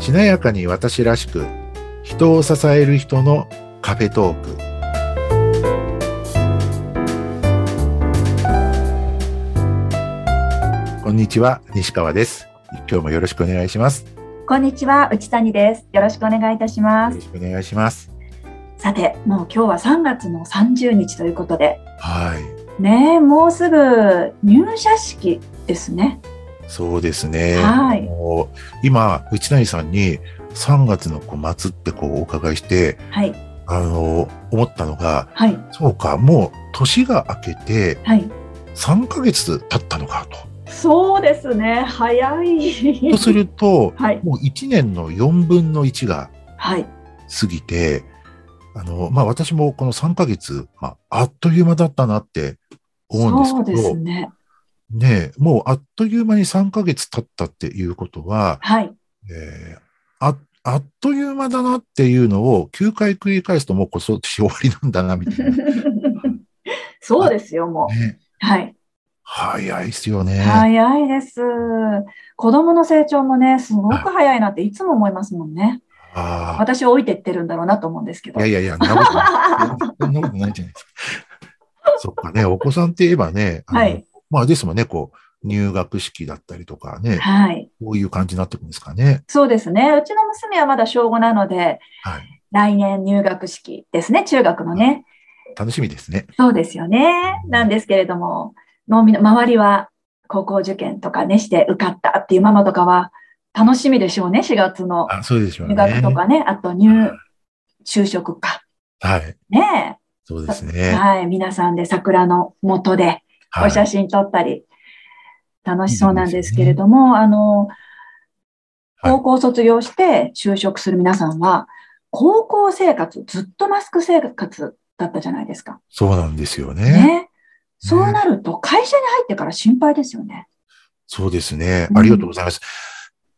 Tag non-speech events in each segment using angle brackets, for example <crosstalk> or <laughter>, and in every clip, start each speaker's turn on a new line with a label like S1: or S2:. S1: 華やかに私らしく人を支える人のカフェトークこんにちは西川です今日もよろしくお願いしますよ
S2: こんにちは、内谷です。よろしくお願いいたしま
S1: ろ
S2: す。
S1: しくお願いします
S2: さて、もう今日は3月の30日ということで、
S1: はい
S2: ねえ、もうすぐ入社式ですね。
S1: そうですね
S2: はい
S1: もう今内谷さんに3月のこう末ってこうお伺いして
S2: はい、
S1: あの思ったのが
S2: はい、
S1: そうかもう年が明けて
S2: はい。
S1: 3ヶ月経ったのかと。
S2: そうですね、早い
S1: と。すると、
S2: はい、
S1: もう1年の4分の1が
S2: はい、
S1: 過ぎて、あの、まあ、私もこの3ヶ月、まあ、あっという間だったなって思
S2: そう
S1: うんで
S2: です
S1: け
S2: す
S1: ど、ね
S2: ね。
S1: えもうあっという間に3ヶ月経ったっていうことは、 <laughs>
S2: はい、
S1: えーあ、あっという間だなっていうのを9回繰り返すともうこそ終わりなんだな、み
S2: <laughs>
S1: たいな。
S2: そうですよ、も
S1: ね、
S2: う。はい、
S1: 早いっすよね。
S2: 早いです。子供の成長もね、すごく早いなっていつも思いますもんね。
S1: あ
S2: 私を置いてってるんだろうなと思うんですけ
S1: あ。
S2: ど
S1: いや。いやいや、そんなことない。そ
S2: <laughs>
S1: んなことないじゃないですか。そっかね、お子さんって言えばね、あの
S2: はい、
S1: まあですもんね、こう、入学式だったりとかね、
S2: はい。
S1: こういう感じになってくるんですかね。
S2: そうですね。うちの娘はまだ小5なので、
S1: はい。
S2: 来年入学式ですね、中学のね。
S1: 楽しみですね。
S2: そうですよね。なんですけれども、もうみんな周りは高校受験とかね、して受かったっていうママとかは楽しみでしょうね、4月の
S1: あ、そうでしょう
S2: 入
S1: ね。
S2: 学とかね、あと入、就職か。
S1: はい。
S2: ね
S1: そうです
S2: え、
S1: ね。
S2: はい、皆さんで桜の下で
S1: は
S2: お
S1: い。
S2: 写真撮ったり、楽しそうなんですけれども、あの、
S1: はい
S2: 高校卒業して就職する皆さんは、高校生活、ずっとマスク生活だったじゃないですか。
S1: そうなんですよね。
S2: ね。そうなると、会社に入ってから心配ですよね。
S1: そうですね。
S2: うん
S1: ありがとうございます。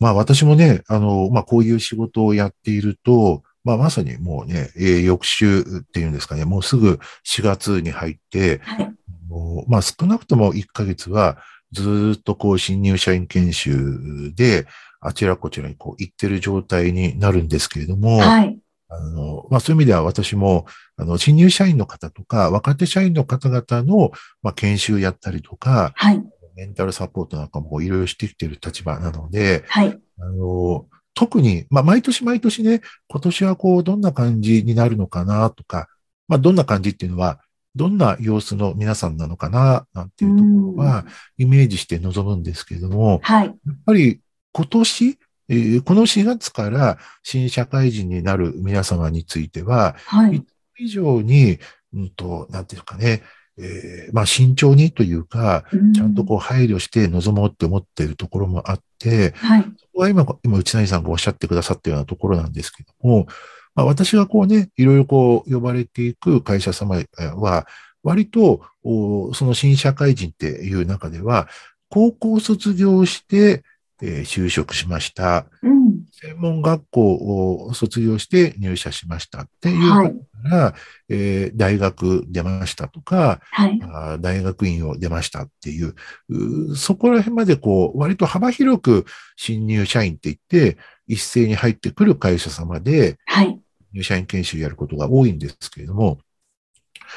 S1: まあ私もね、あの、まあこういう仕事をやっていると、まあまさにもうね、えー翌週っていうんですかね、もうすぐ4月に入って、
S2: はい。
S1: もうまあ少なくとも1ヶ月はずーっとこう新入社員研修であちらこちらにこう行ってる状態になるんですけれども、
S2: はい。
S1: あのまあ、そういう意味では私もあの新入社員の方とか若手社員の方々の、まあ、研修やったりとか、
S2: はい。
S1: メンタルサポートなんかもいろいろしてきてる立場なので、
S2: はい。
S1: あの特に、まあ、毎年毎年ね、今年はこう、どんな感じになるのかなとか、まあ、どんな感じっていうのは、どんな様子の皆さんなのかな、なんていうところは、イメージして臨むんですけれども、
S2: はい。
S1: やっぱり今年、えーこの4月から新社会人になる皆様については、
S2: はい。
S1: 以上に、うんと、なんていうかね、えーまあ慎重にというか、ちゃんとこう配慮して臨もうって思っているところもあって、
S2: うん。はい。
S1: そこは今、今内谷さんがおっしゃってくださったようなところなんですけども、まあ、私がこうね、いろいろこう呼ばれていく会社様は、割と、おその新社会人っていう中では、高校卒業して、えー就職しました。
S2: うん。
S1: 専門学校を卒業して入社しましたっていう
S2: は
S1: 方
S2: い。
S1: から、えー大学出ましたとか、
S2: はい。
S1: あー大学院を出ましたっていう、うーそこら辺までこう、割と幅広く新入社員って言って、一斉に入ってくる会社様で、
S2: はい。
S1: 入社員研修やることが多いんですけれども、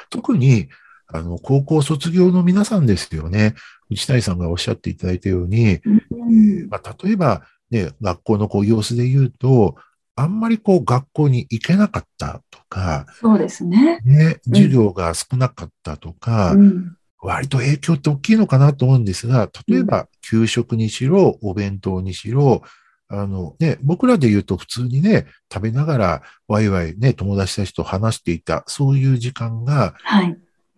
S1: 特に、あの、高校卒業の皆さんですよね。内谷さんがおっしゃっていただいたように、
S2: うん
S1: まあ、例えば、ね、学校のこう様子で言うと、あんまりこう学校に行けなかったとか、
S2: そうですね。
S1: ね、
S2: ん
S1: 授業が少なかったとか、
S2: うん。
S1: 割と影響って大きいのかなと思うんですが、例えば給食にしろ、お弁当にしろ、あのね、僕らで言うと普通にね、食べながらワイワイね、友達たちと話していた、そういう時間が
S2: はい。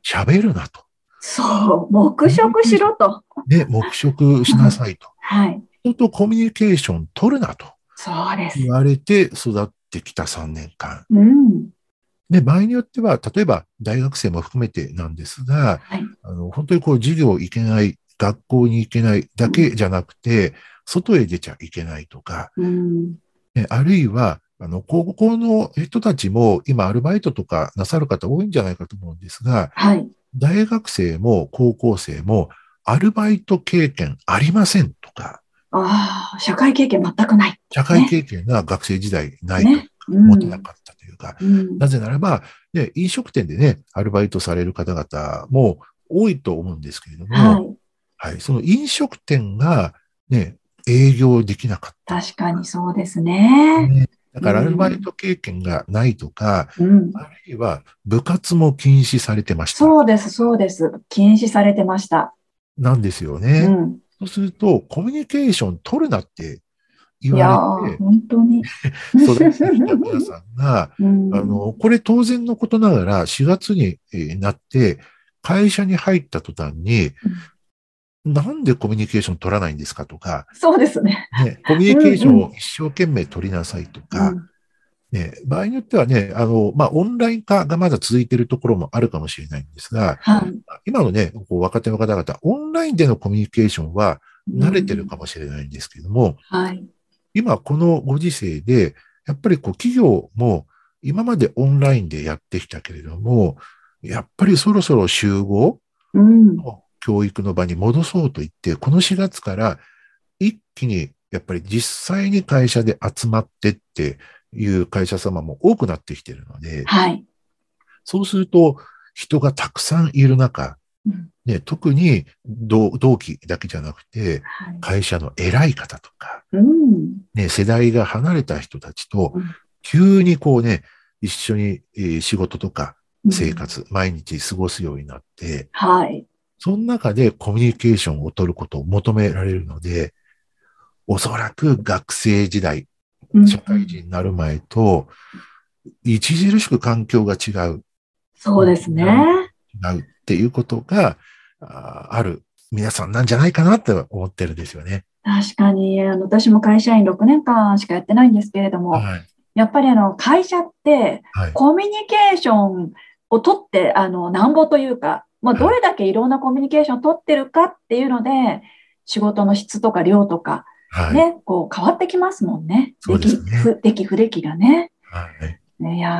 S1: 喋るなと。
S2: そう。黙食しろと。
S1: <laughs> ね、黙食しなさいと。
S2: はい。
S1: 人とコミュニケーション取るなと
S2: そうです
S1: 言。われて育ってきた3年間。
S2: うん。
S1: で、場合によっては、例えば大学生も含めてなんですが、
S2: はい。
S1: あの、本当にこう、授業行けない、学校に行けないだけじゃなくて、外へ出ちゃいけないとか、
S2: うん。
S1: ねあるいは、あの、高校の人たちも、今、アルバイトとかなさる方多いんじゃないかと思うんですが、
S2: はい。
S1: 大学生も高校生も、アルバイト経験ありませんとか、
S2: ああ、社会経験全くない。
S1: 社会経験が学生時代ないと
S2: ね。う
S1: 持てなかったというか、
S2: うん
S1: なぜならば、ね、飲食店でね、アルバイトされる方々も多いと思うんですけれども、
S2: は
S1: はい
S2: い。
S1: その飲食店がね、営業できなかった。
S2: 確かにそうですね。
S1: ねだからアルバイト経験がないとか、
S2: うん。
S1: あるいは部活も禁止されてました。
S2: そうです、そうです。禁止されてました。
S1: なんですよ
S2: う
S1: ね。
S2: ん。
S1: そうすると、コミュニケーション取るなって言
S2: いや
S1: われ
S2: ー、本当に。
S1: て、育ってきた皆さんが、
S2: うん
S1: あの、これ当然のことながら、4月にえーなって、会社に入った途端に、なんでコミュニケーション取らないんですかとか、
S2: そうですね。
S1: ね、コミュニケーションを一生懸命取りなさいとか、ね、場合によってはね、あの、まあ、オンライン化がまだ続いているところもあるかもしれないんですが、
S2: はい。
S1: 今のね、こう若手の方々、オンラインでのコミュニケーションは慣れてるかもしれないんですけれども、
S2: うん。はい。
S1: 今このご時世で、やっぱりこう企業も今までオンラインでやってきたけれども、やっぱりそろそろ集合
S2: うん。
S1: の教育の場に戻そうと言って、この4月から一気にやっぱり実際に会社で集まってっていう会社様も多くなってきてるので、
S2: はい。
S1: そうすると人がたくさんいる中、
S2: うん
S1: ね、特に同同期だけじゃなくて、
S2: はい
S1: 会社の偉い方とか、
S2: うん。
S1: ね、世代が離れた人たちと
S2: うん、
S1: 急にこうね、一緒にえー仕事とか
S2: うん
S1: 生。活、毎日過ごすようになって、
S2: はい。
S1: その中でコミュニケーションを取ることを求められるので、おそらく学生時代、
S2: うん
S1: 社会人になる前と、著しく環境が違う、
S2: そうですね。
S1: 違うっていうことがあーある皆さんなんじゃないかなって思ってるんですよね。
S2: 確かに、あの、私も会社員6年間しかやってないんですけれども、
S1: はい。
S2: やっぱりあの、会社って、
S1: はい。
S2: コミュニケーションを取って、あの、なんぼというか、まあ、
S1: はい
S2: どれだけいろんなコミュニケーションを取ってるかっていうので、仕事の質とか量とか、
S1: はい。
S2: ね、こう変わってきますもんね。
S1: そうですね
S2: 出来不出来不出来がね。
S1: はい
S2: ねいやー、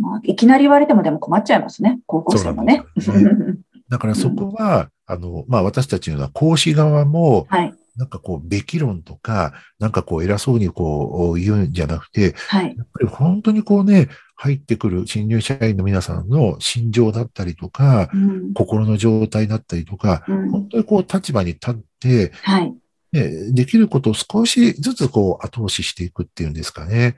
S2: まあ、いきなり言われてもでも困っちゃいますね。高校生もね。
S1: そうなんだからそこは、あの、まあ私たちのような講師側も、
S2: <laughs> はい。
S1: なんかこう、べき論とか、なんかこう、偉そうにこう、言うんじゃなくて、
S2: はい。
S1: やっぱり本当にこうね、入ってくる新入社員の皆さんの心情だったりとか、
S2: うん。
S1: 心の状態だったりとか、
S2: うん。
S1: 本当にこう、立場に立って、
S2: はい。
S1: ね、できることを少しずつこう、後押ししていくっていうんですかね。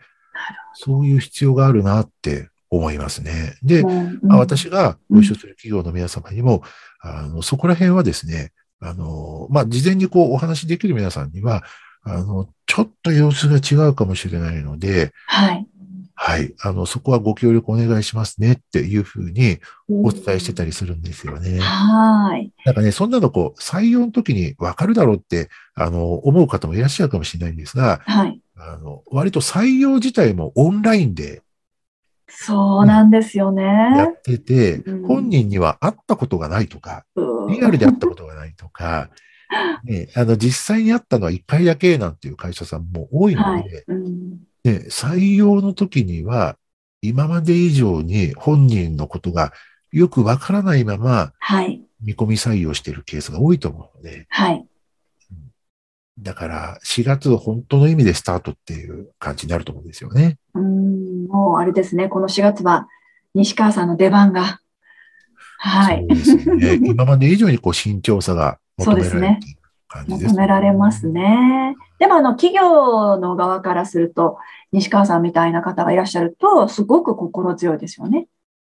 S1: そういう必要があるなって思いますね。で、
S2: うん
S1: まあ、私がご一緒する企業の皆様にも、あのそこら辺はですね、あの、まあ、事前にこうお話しできる皆さんには、あの、ちょっと様子が違うかもしれないので、
S2: はい。
S1: はい、あの、そこはご協力お願いしますねっていうふうにお伝えしてたりするんですよね。
S2: はーい。
S1: なんかね、そんなのこう、採用の時にわかるだろうって、あの、思う方もいらっしゃるかもしれないんですが、
S2: はい。
S1: あの、割と採用自体もオンラインで
S2: そうなんですよ
S1: や
S2: ね。
S1: ってて、
S2: うん
S1: 本人には会ったことがないとか、
S2: うん
S1: リアルで会ったことがないと
S2: <laughs>
S1: か、ね、あの実際に会ったのは1回だけなんていう会社さんも多いので、
S2: はい。うん。
S1: ね、採用の時には今まで以上に本人のことがよくわからないまま
S2: はい。
S1: 見込み採用しているケースが多いと思うので、
S2: はい。
S1: だから4月本当の意味でスタートっていう感じになると思うんですよね。
S2: うん。もうあれですね。この4月は、西川さんの出番が。はい。
S1: そうですね。
S2: <laughs>
S1: 今まで以上にこう慎重さが求められている感じです、
S2: 求められます。ね。でもあの企業の側からすると、西川さんみたいな方がいらっしゃると、すごく心強いですよね。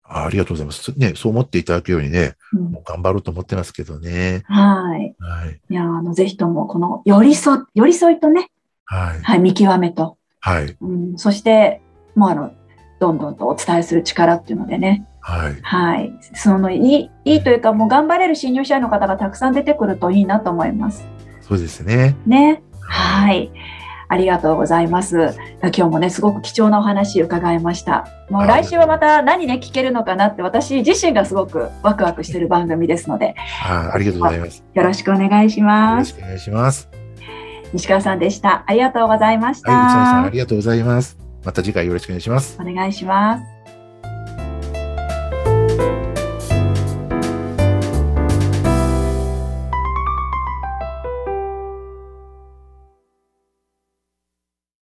S1: あありがとうございます。ね、そう思っていただくようにね、
S2: うん
S1: もう頑張ろうと思ってますけどね。
S2: はい。
S1: はい。
S2: いや、あの、ぜひとも、この、寄り添、寄り添いとね、
S1: はい。
S2: はい、見極めと、
S1: はい。
S2: うん、そして、もうあの、どんどんとお伝えする力っていうのでね、
S1: はい。
S2: はい。その、いい、いいというか、もう頑張れる新入社員の方がたくさん出てくるといいなと思います。
S1: そうですね。
S2: ね。はい。ありがとうございます。今日もね、すごく貴重なお話伺いました。もう
S1: はい
S2: 来週はまた何ね、聞けるのかなって、私自身がすごくワクワクしてる番組ですので、
S1: はい。ありがとうございます。よ
S2: よろしくお願いしま
S1: ろ
S2: す。
S1: しくお願いします。
S2: 西川さんでした。ありがとうございまし
S1: はい。内田さん、あ
S2: た。
S1: りがとうございます。また次回よろしくお願いします。
S2: お願いします。